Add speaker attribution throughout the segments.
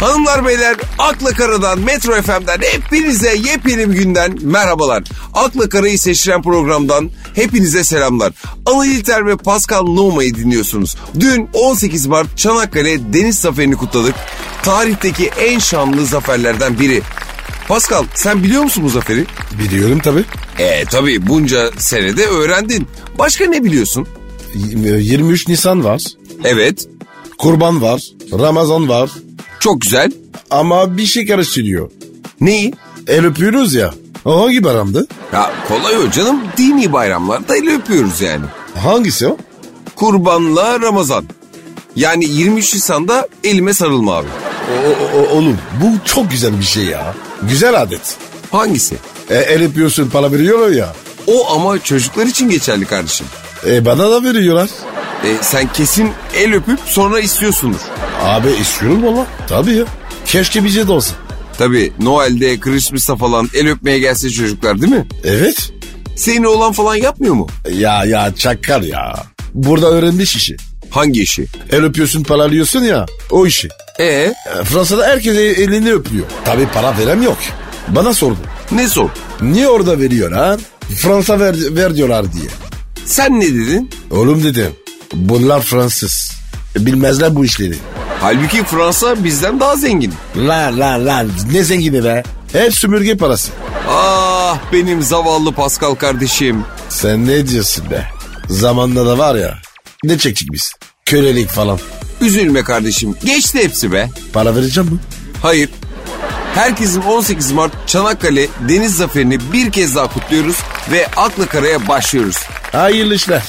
Speaker 1: Hanımlar beyler Akla Kara'dan Metro FM'den hepinize yepyeni bir günden merhabalar. Akla Kara'yı seçilen programdan hepinize selamlar. Anıl İlter ve Pascal Numa'yı dinliyorsunuz. Dün 18 Mart Çanakkale Deniz Zaferi'ni kutladık. Tarihteki en şanlı zaferlerden biri. Pascal sen biliyor musun bu zaferi?
Speaker 2: Biliyorum tabii.
Speaker 1: E tabii bunca senede öğrendin. Başka ne biliyorsun?
Speaker 2: Y- 23 Nisan var.
Speaker 1: Evet
Speaker 2: Kurban var. Ramazan var.
Speaker 1: çok güzel.
Speaker 2: Ama bir şey karıştırıyor.
Speaker 1: Neyi?
Speaker 2: El öpüyoruz ya. O hangi bayramdı?
Speaker 1: Ya kolay o canım. Dini bayramlarda el öpüyoruz yani.
Speaker 2: Hangisi o?
Speaker 1: Kurbanla Ramazan. Yani 23 Nisan'da elime sarılma abi.
Speaker 2: O- o- oğlum bu çok güzel bir şey ya. Güzel adet.
Speaker 1: Hangisi?
Speaker 2: E, el öpüyorsun para veriyorlar ya.
Speaker 1: O ama çocuklar için geçerli kardeşim.
Speaker 2: E, bana da veriyorlar.
Speaker 1: E, sen kesin el öpüp sonra istiyorsundur.
Speaker 2: Abi istiyorum valla. Tabii ya. Keşke bize de olsa.
Speaker 1: Tabii Noel'de, Christmas'ta falan el öpmeye gelse çocuklar değil mi?
Speaker 2: Evet.
Speaker 1: Senin oğlan falan yapmıyor mu?
Speaker 2: Ya ya çakar ya. Burada öğrenmiş işi.
Speaker 1: Hangi işi?
Speaker 2: El öpüyorsun para alıyorsun ya. O işi.
Speaker 1: E
Speaker 2: E, Fransa'da herkes e- elini öpüyor. Tabii para veren yok. Bana sordu.
Speaker 1: ne sor?
Speaker 2: Niye orada veriyorlar? Fransa ver, ver diyorlar diye.
Speaker 1: Sen ne dedin?
Speaker 2: Oğlum dedim. Bunlar Fransız. E, Bilmezler bu işleri.
Speaker 1: Halbuki Fransa bizden daha zengin.
Speaker 2: Lan lan lan ne zengini be. Hep sümürge parası.
Speaker 1: Ah benim zavallı Pascal kardeşim.
Speaker 2: Sen ne diyorsun be? Zamanla da var ya. Ne çektik biz? Kölelik falan.
Speaker 1: Üzülme kardeşim. Geçti hepsi be.
Speaker 2: Para vereceğim mi?
Speaker 1: Hayır. Herkesin 18 Mart Çanakkale Deniz Zaferi'ni bir kez daha kutluyoruz ve Akla Kara'ya başlıyoruz.
Speaker 2: Hayırlı işler.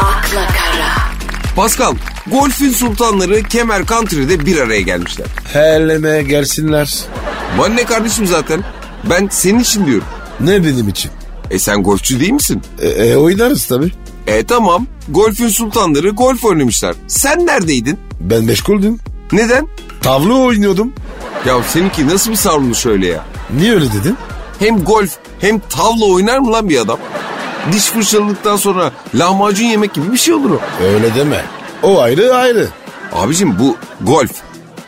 Speaker 3: akla kara,
Speaker 1: Pascal, golfün sultanları Kemer Country'de bir araya gelmişler.
Speaker 2: Heleme gelsinler.
Speaker 1: Bana ne kardeşim zaten? Ben senin için diyorum.
Speaker 2: Ne benim için?
Speaker 1: E sen golfçü değil misin?
Speaker 2: E, e, oynarız tabii.
Speaker 1: E tamam, golfün sultanları golf oynamışlar. Sen neredeydin?
Speaker 2: Ben meşguldüm.
Speaker 1: Neden?
Speaker 2: Tavla oynuyordum.
Speaker 1: Ya seninki nasıl bir savruluş öyle ya?
Speaker 2: Niye öyle dedin?
Speaker 1: Hem golf hem tavla oynar mı lan bir adam? Diş fırçaladıktan sonra lahmacun yemek gibi bir şey olur o.
Speaker 2: Öyle deme. O ayrı ayrı.
Speaker 1: Abicim bu golf.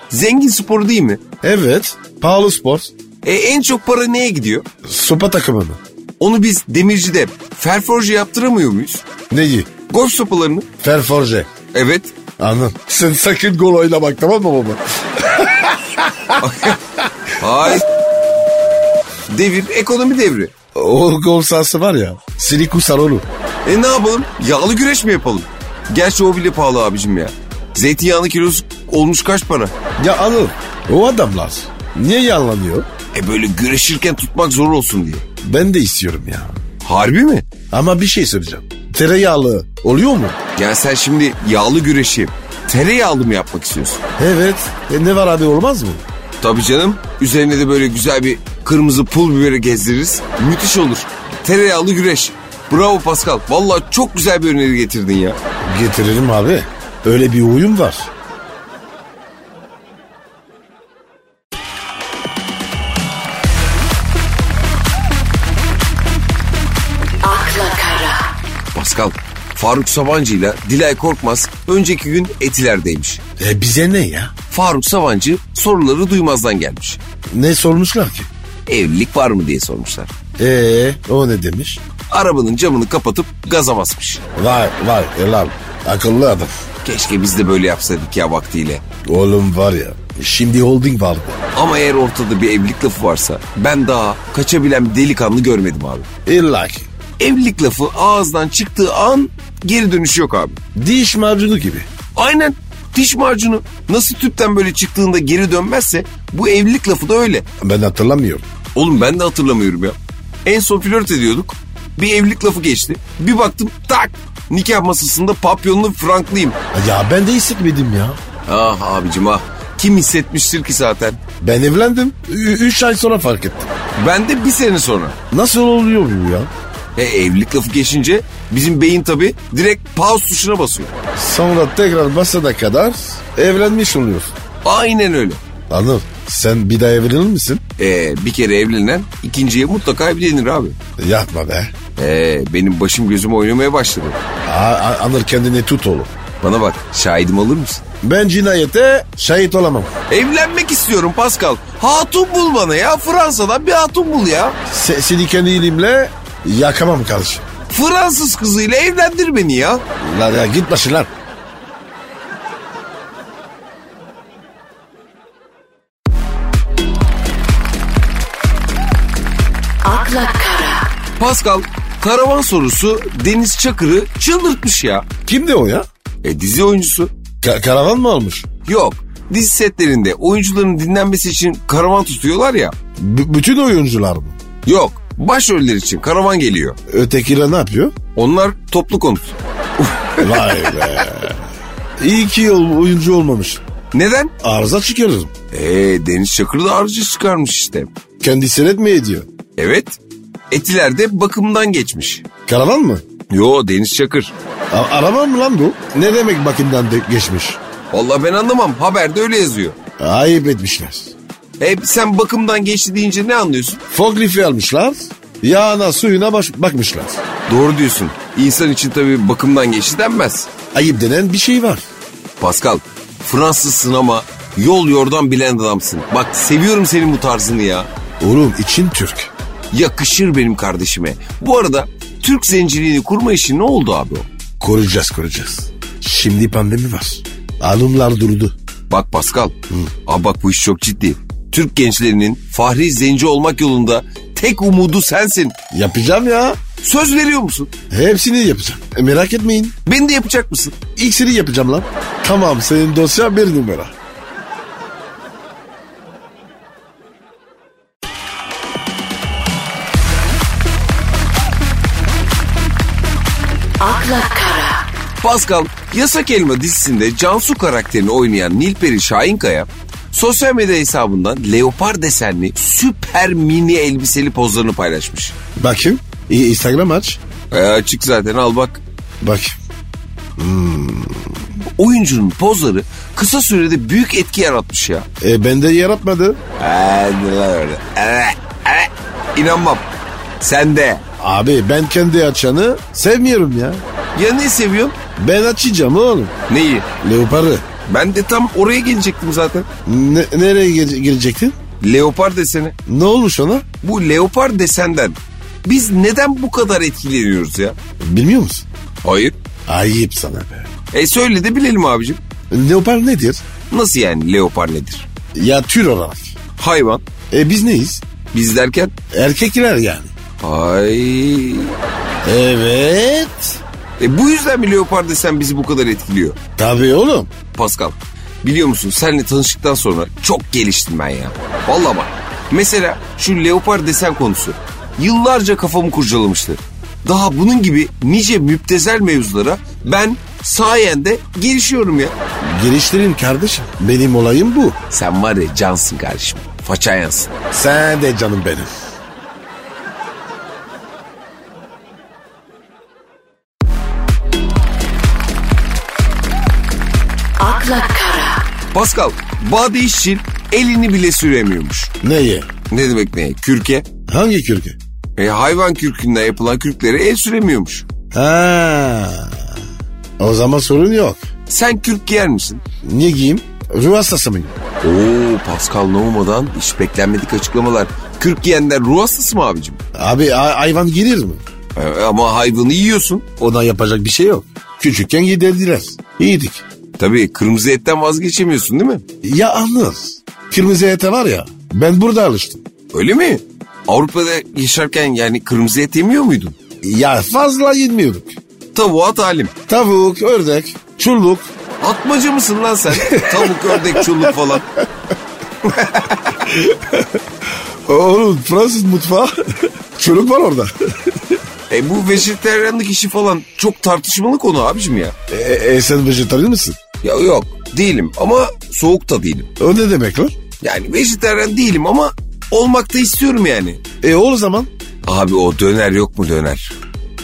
Speaker 1: Zengin sporu değil mi?
Speaker 2: Evet. Pahalı spor.
Speaker 1: E en çok para neye gidiyor?
Speaker 2: Sopa takımı mı?
Speaker 1: Onu biz demircide ferforje yaptıramıyor muyuz?
Speaker 2: Neyi?
Speaker 1: Golf sopalarını.
Speaker 2: Ferforje.
Speaker 1: Evet.
Speaker 2: Anladım. Sen sakın gol oynamak tamam mı baba?
Speaker 1: Hayır. Devir ekonomi devri.
Speaker 2: O gol sahası var ya. Siliku Sarolu.
Speaker 1: E ne yapalım? Yağlı güreş mi yapalım? Gerçi o bile pahalı abicim ya. Zeytinyağının kilosu olmuş kaç para?
Speaker 2: Ya Anıl o adamlar niye yalanıyor?
Speaker 1: E böyle güreşirken tutmak zor olsun diye.
Speaker 2: Ben de istiyorum ya.
Speaker 1: Harbi mi?
Speaker 2: Ama bir şey söyleyeceğim. Tereyağlı oluyor mu?
Speaker 1: Ya sen şimdi yağlı güreşi tereyağlı mı yapmak istiyorsun?
Speaker 2: Evet. E ne var abi olmaz mı?
Speaker 1: Tabii canım. Üzerine de böyle güzel bir kırmızı pul biberi gezdiririz. Müthiş olur. Tereyağlı güreş. Bravo Pascal. Vallahi çok güzel bir öneri getirdin ya.
Speaker 2: Getiririm abi. Öyle bir uyum var.
Speaker 3: akla kara,
Speaker 1: Pascal, Faruk Sabancı ile Dilay Korkmaz önceki gün Etiler'deymiş.
Speaker 2: E bize ne ya?
Speaker 1: Faruk Sabancı soruları duymazdan gelmiş.
Speaker 2: Ne sormuşlar ki?
Speaker 1: Evlilik var mı diye sormuşlar.
Speaker 2: E o ne demiş?
Speaker 1: Arabanın camını kapatıp gaza basmış.
Speaker 2: Vay vay helal. Akıllı adam.
Speaker 1: Keşke biz de böyle yapsaydık ya vaktiyle.
Speaker 2: Oğlum var ya şimdi holding vardı.
Speaker 1: Ama eğer ortada bir evlilik lafı varsa ben daha kaçabilen bir delikanlı görmedim abi.
Speaker 2: İlla ki.
Speaker 1: evlilik lafı ağızdan çıktığı an geri dönüşü yok abi.
Speaker 2: Diş macunu gibi.
Speaker 1: Aynen diş macunu nasıl tüpten böyle çıktığında geri dönmezse bu evlilik lafı da öyle.
Speaker 2: Ben hatırlamıyorum.
Speaker 1: Oğlum ben de hatırlamıyorum ya. En son flört ediyorduk. Bir evlilik lafı geçti. Bir baktım tak nikah masasında papyonlu franklıyım.
Speaker 2: Ya ben de hissetmedim ya.
Speaker 1: Ah abicim ah. Kim hissetmiştir ki zaten?
Speaker 2: Ben evlendim. Ü- üç ay sonra fark ettim.
Speaker 1: Ben de bir sene sonra.
Speaker 2: Nasıl oluyor bu ya?
Speaker 1: E, evlilik lafı geçince bizim beyin tabi direkt pause tuşuna basıyor.
Speaker 2: Sonra tekrar masada kadar evlenmiş oluyorsun.
Speaker 1: Aynen öyle.
Speaker 2: Anıl sen bir daha evlenir misin?
Speaker 1: Ee, bir kere evlenen ikinciye mutlaka evlenir abi.
Speaker 2: Yapma be.
Speaker 1: Ee, benim başım gözüm oynamaya başladı.
Speaker 2: A- A- Anıl kendini tut oğlum.
Speaker 1: Bana bak şahidim olur musun?
Speaker 2: Ben cinayete şahit olamam.
Speaker 1: Evlenmek istiyorum Pascal. Hatun bul bana ya Fransa'dan bir hatun bul ya.
Speaker 2: Se- seni kendi elimle yakamam kardeşim.
Speaker 1: Fransız kızıyla evlendir beni ya.
Speaker 2: Lan ya git başın lan.
Speaker 3: akla kara,
Speaker 1: Pascal karavan sorusu Deniz Çakır'ı çıldırtmış ya.
Speaker 2: Kimdi o ya?
Speaker 1: E dizi oyuncusu.
Speaker 2: Ka- karavan mı almış?
Speaker 1: Yok dizi setlerinde oyuncuların dinlenmesi için karavan tutuyorlar ya.
Speaker 2: B- bütün oyuncular mı?
Speaker 1: Yok başroller için karavan geliyor.
Speaker 2: Ötekiler ne yapıyor?
Speaker 1: Onlar toplu konut.
Speaker 2: Vay be. İyi ki ol- oyuncu olmamış.
Speaker 1: Neden?
Speaker 2: Arıza çıkarırım.
Speaker 1: Ee Deniz Çakır da harcı çıkarmış işte.
Speaker 2: Kendisi red mi ediyor?
Speaker 1: Evet. Etiler'de bakımdan geçmiş.
Speaker 2: Karavan mı?
Speaker 1: Yo Deniz Çakır.
Speaker 2: A- araba mı lan bu? Ne demek bakımdan de- geçmiş?
Speaker 1: Vallahi ben anlamam. Haberde öyle yazıyor.
Speaker 2: Ayıp etmişler.
Speaker 1: E sen bakımdan geçti deyince ne anlıyorsun?
Speaker 2: Forklifi almışlar. Yağına suyuna baş- bakmışlar.
Speaker 1: Doğru diyorsun. İnsan için tabii bakımdan geçti denmez.
Speaker 2: Ayıp denen bir şey var.
Speaker 1: Pascal, Fransızsın ama yol yordan bilen adamsın. Bak seviyorum senin bu tarzını ya.
Speaker 2: Oğlum için Türk.
Speaker 1: Yakışır benim kardeşime. Bu arada Türk zenciliğini kurma işi ne oldu abi o?
Speaker 2: Koruyacağız koruyacağız. Şimdi pandemi var. Alımlar durdu.
Speaker 1: Bak Pascal, abi bak bu iş çok ciddi. Türk gençlerinin fahri zenci olmak yolunda tek umudu sensin.
Speaker 2: Yapacağım ya.
Speaker 1: Söz veriyor musun?
Speaker 2: Hepsini yapacağım. E, merak etmeyin.
Speaker 1: Beni de yapacak mısın?
Speaker 2: İksiri yapacağım lan. Tamam senin dosya bir numara.
Speaker 3: akla kara,
Speaker 1: Pascal, Yasak Elma dizisinde Cansu karakterini oynayan Nilperi Şahinkaya sosyal medya hesabından leopar desenli süper mini elbiseli pozlarını paylaşmış.
Speaker 2: Bakayım. İ- Instagram aç.
Speaker 1: E, açık zaten al bak.
Speaker 2: Bak.
Speaker 1: Oyuncunun pozları kısa sürede büyük etki yaratmış ya.
Speaker 2: E, bende yaratmadı.
Speaker 1: Ee, neler öyle. Ee, ee, İnanmam. Sen de.
Speaker 2: Abi ben kendi açanı sevmiyorum ya.
Speaker 1: Ya ne seviyorsun?
Speaker 2: Ben açacağım oğlum.
Speaker 1: Neyi?
Speaker 2: Leoparı.
Speaker 1: Ben de tam oraya gelecektim zaten.
Speaker 2: Ne- nereye gir- girecektin?
Speaker 1: Leopar deseni.
Speaker 2: Ne olmuş ona?
Speaker 1: Bu leopar desenden biz neden bu kadar etkileniyoruz ya?
Speaker 2: Bilmiyor musun?
Speaker 1: Hayır.
Speaker 2: Ayıp sana be.
Speaker 1: E söyle de bilelim abicim.
Speaker 2: Leopar nedir?
Speaker 1: Nasıl yani leopar nedir?
Speaker 2: Ya tür olarak.
Speaker 1: Hayvan.
Speaker 2: E biz neyiz?
Speaker 1: Biz derken?
Speaker 2: Erkekler yani.
Speaker 1: Ay.
Speaker 2: Evet.
Speaker 1: E bu yüzden mi leopar desen bizi bu kadar etkiliyor?
Speaker 2: Tabii oğlum.
Speaker 1: Pascal. Biliyor musun senle tanıştıktan sonra çok geliştim ben ya. Vallahi bak. Mesela şu leopar desen konusu. Yıllarca kafamı kurcalamıştı. Daha bunun gibi nice müptezel mevzulara ben sayende gelişiyorum ya.
Speaker 2: Geliştirin kardeşim. Benim olayım bu.
Speaker 1: Sen var ya cansın kardeşim. Faça yansın.
Speaker 2: Sen de canım benim.
Speaker 3: akla kara,
Speaker 1: Pascal, Bade İşçil elini bile süremiyormuş.
Speaker 2: Neye?
Speaker 1: Ne demek ne? Kürke.
Speaker 2: Hangi kürkü?
Speaker 1: E, hayvan kürkünden yapılan kürklere el süremiyormuş.
Speaker 2: Ha. O zaman sorun yok.
Speaker 1: Sen kürk giyer misin?
Speaker 2: Niye giyeyim? Ruh hastası mıyım?
Speaker 1: Oo Pascal Nova'dan hiç beklenmedik açıklamalar. Kürk giyenler ruh hastası mı abicim?
Speaker 2: Abi a- hayvan girir mi?
Speaker 1: E, ama hayvanı yiyorsun.
Speaker 2: Ona yapacak bir şey yok. Küçükken yedirdiler. İyiydik.
Speaker 1: Tabii kırmızı etten vazgeçemiyorsun değil mi?
Speaker 2: Ya anlıyoruz. Kırmızı ete var ya. Ben burada alıştım.
Speaker 1: Öyle mi? Avrupa'da yaşarken yani kırmızı et yemiyor muydun?
Speaker 2: Ya fazla yemiyorduk.
Speaker 1: Tavuğa talim.
Speaker 2: Tavuk, ördek, çulluk.
Speaker 1: Atmaca mısın lan sen? Tavuk, ördek, çulluk falan.
Speaker 2: Oğlum Fransız mutfağı. çulluk var orada.
Speaker 1: E bu vejeteryanlık işi falan çok tartışmalı konu abicim ya.
Speaker 2: E, e, sen vejetaryen mısın?
Speaker 1: Ya yok değilim ama soğuk da değilim.
Speaker 2: O ne demek lan?
Speaker 1: Yani vejetaryen değilim ama olmak da istiyorum yani.
Speaker 2: E o zaman.
Speaker 1: Abi o döner yok mu döner?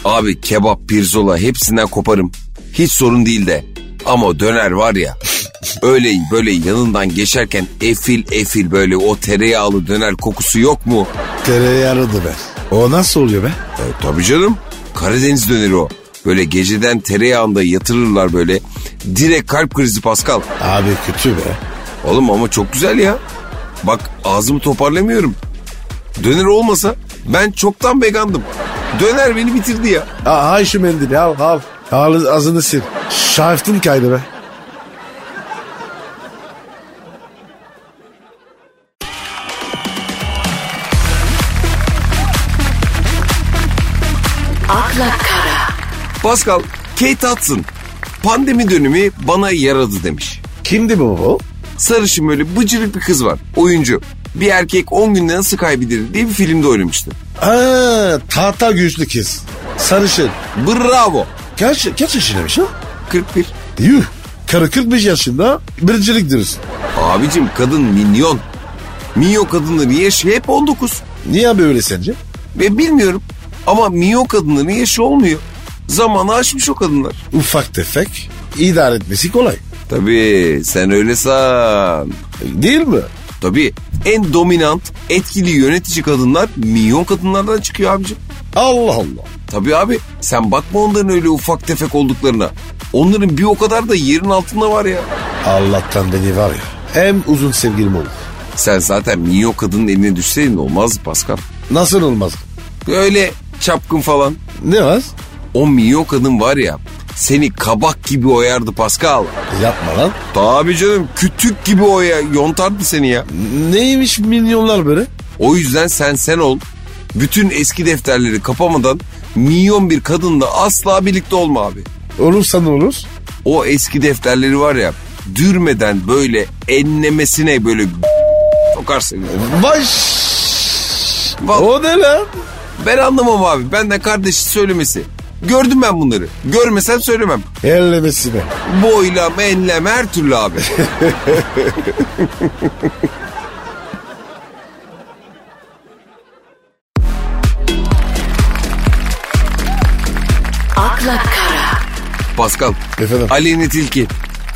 Speaker 1: Abi kebap, pirzola hepsinden koparım. Hiç sorun değil de. Ama o döner var ya. Öyle böyle yanından geçerken efil efil böyle o tereyağlı döner kokusu yok mu?
Speaker 2: Tereyağlıdı be. O nasıl oluyor be?
Speaker 1: E, tabii canım. Karadeniz döneri o. Böyle geceden tereyağında yatırırlar böyle. Direkt kalp krizi Pascal.
Speaker 2: Abi kötü be.
Speaker 1: Oğlum ama çok güzel ya. Bak ağzımı toparlamıyorum. Döner olmasa ben çoktan vegandım. Döner beni bitirdi ya.
Speaker 2: Aa, ay şu mendili al al. Al ağzını sil. Şaftin kaydı be.
Speaker 3: akla kara,
Speaker 1: Pascal, Kate Hudson pandemi dönemi bana yaradı demiş.
Speaker 2: Kimdi bu bu?
Speaker 1: Sarışın böyle bıcırık bir kız var. Oyuncu. Bir erkek 10 günde nasıl kaybedilir diye bir filmde oynamıştı.
Speaker 2: Aa, tahta güçlü kız. Sarışın.
Speaker 1: Bravo.
Speaker 2: Kaç, kaç yaşındaymış ha?
Speaker 1: 41.
Speaker 2: Yuh. Karı 45 yaşında birincilik diyorsun.
Speaker 1: Abicim kadın minyon. Minyon kadınların yaşı hep 19.
Speaker 2: Niye böyle sence?
Speaker 1: Ve bilmiyorum ama minyon kadınların yaşı olmuyor. Zamanı aşmış o kadınlar.
Speaker 2: Ufak tefek idare etmesi kolay.
Speaker 1: Tabii sen öyle san.
Speaker 2: Değil mi?
Speaker 1: Tabii en dominant, etkili yönetici kadınlar minyon kadınlardan çıkıyor abicim.
Speaker 2: Allah Allah.
Speaker 1: Tabii abi sen bakma onların öyle ufak tefek olduklarına. Onların bir o kadar da yerin altında var ya.
Speaker 2: Allah'tan beni var ya. Hem uzun sevgilim oldu.
Speaker 1: Sen zaten minyon kadının eline düşseydin olmazdı Pascal.
Speaker 2: Nasıl olmaz?
Speaker 1: Öyle çapkın falan.
Speaker 2: Ne var?
Speaker 1: O minyon kadın var ya seni kabak gibi oyardı Pascal.
Speaker 2: Yapma lan.
Speaker 1: Tabii canım kütük gibi oya yontardı seni ya.
Speaker 2: Neymiş milyonlar böyle?
Speaker 1: O yüzden sen sen ol. Bütün eski defterleri kapamadan minyon bir kadınla asla birlikte olma abi.
Speaker 2: Olursa ne olur?
Speaker 1: O eski defterleri var ya dürmeden böyle enlemesine böyle sokarsın.
Speaker 2: Baş.
Speaker 1: Bak-
Speaker 2: O ne lan?
Speaker 1: Ben anlamam abi. Benden kardeşi söylemesi. Gördüm ben bunları. Görmesem söylemem.
Speaker 2: Ellemesine.
Speaker 1: Boylam, enlem her türlü abi.
Speaker 3: akla kara,
Speaker 1: Pascal.
Speaker 2: Efendim?
Speaker 1: Aleyna Tilki.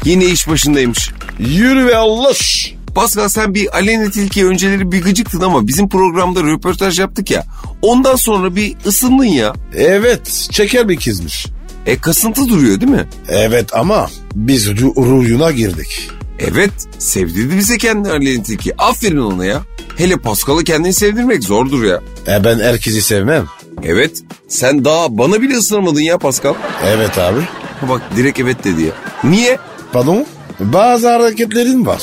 Speaker 1: Yine iş başındaymış.
Speaker 2: Yürü be Allah. Şş.
Speaker 1: Pascal sen bir Aleyna Tilki önceleri bir gıcıktın ama bizim programda röportaj yaptık ya. Ondan sonra bir ısındın ya.
Speaker 2: Evet çeker bir kızmış.
Speaker 1: E kasıntı duruyor değil mi?
Speaker 2: Evet ama biz ru- ruyuna girdik.
Speaker 1: Evet sevdirdi bize kendi Aleyna Tilki. Aferin ona ya. Hele Pascal'ı kendini sevdirmek zordur ya.
Speaker 2: E ben herkesi sevmem.
Speaker 1: Evet sen daha bana bile ısınamadın ya Pascal.
Speaker 2: Evet abi.
Speaker 1: Ha Bak direkt evet dedi ya. Niye?
Speaker 2: Pardon? Bazı hareketlerin var.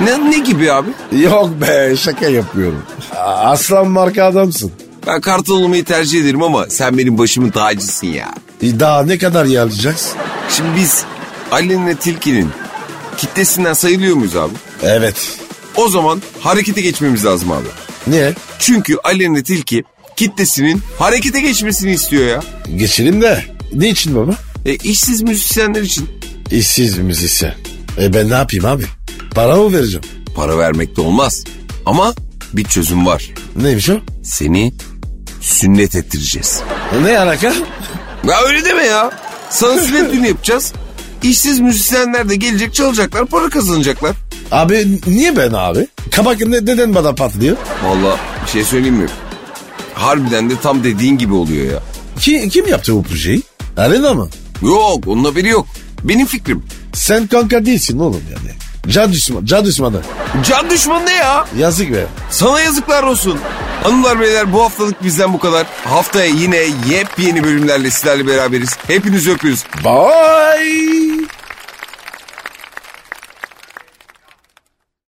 Speaker 1: Ne, ne gibi abi?
Speaker 2: Yok be şaka yapıyorum. A- Aslan marka adamsın.
Speaker 1: Ben kartal olmayı tercih ederim ama sen benim başımın tacısın ya.
Speaker 2: E Daha ne kadar yalayacaksın?
Speaker 1: Şimdi biz Ali'nin Tilki'nin kitlesinden sayılıyor muyuz abi?
Speaker 2: Evet.
Speaker 1: O zaman harekete geçmemiz lazım abi.
Speaker 2: Niye?
Speaker 1: Çünkü Ali'nin Tilki kitlesinin harekete geçmesini istiyor ya.
Speaker 2: Geçelim de. Niçin baba?
Speaker 1: E, işsiz müzisyenler için
Speaker 2: İşsiz müzisyen. E ben ne yapayım abi? Para mı vereceğim?
Speaker 1: para vermek de olmaz. Ama bir çözüm var.
Speaker 2: Neymiş o?
Speaker 1: Seni sünnet ettireceğiz.
Speaker 2: Ne alaka?
Speaker 1: Ya öyle deme ya. Sana sünnet düğünü yapacağız. İşsiz müzisyenler de gelecek çalacaklar para kazanacaklar.
Speaker 2: Abi niye ben abi? Kabak ne- neden bana patlıyor?
Speaker 1: Valla bir şey söyleyeyim mi? Harbiden de tam dediğin gibi oluyor ya.
Speaker 2: Ki, kim yaptı bu projeyi? Arena mı?
Speaker 1: Yok onun haberi yok. Benim fikrim.
Speaker 2: Sen kanka değilsin oğlum yani. Can düşman, can düşmanı.
Speaker 1: Can düşmanı ne ya?
Speaker 2: Yazık be.
Speaker 1: Sana yazıklar olsun. Hanımlar beyler bu haftalık bizden bu kadar. Haftaya yine yepyeni bölümlerle sizlerle beraberiz. Hepinizi öpüyoruz.
Speaker 2: Bye.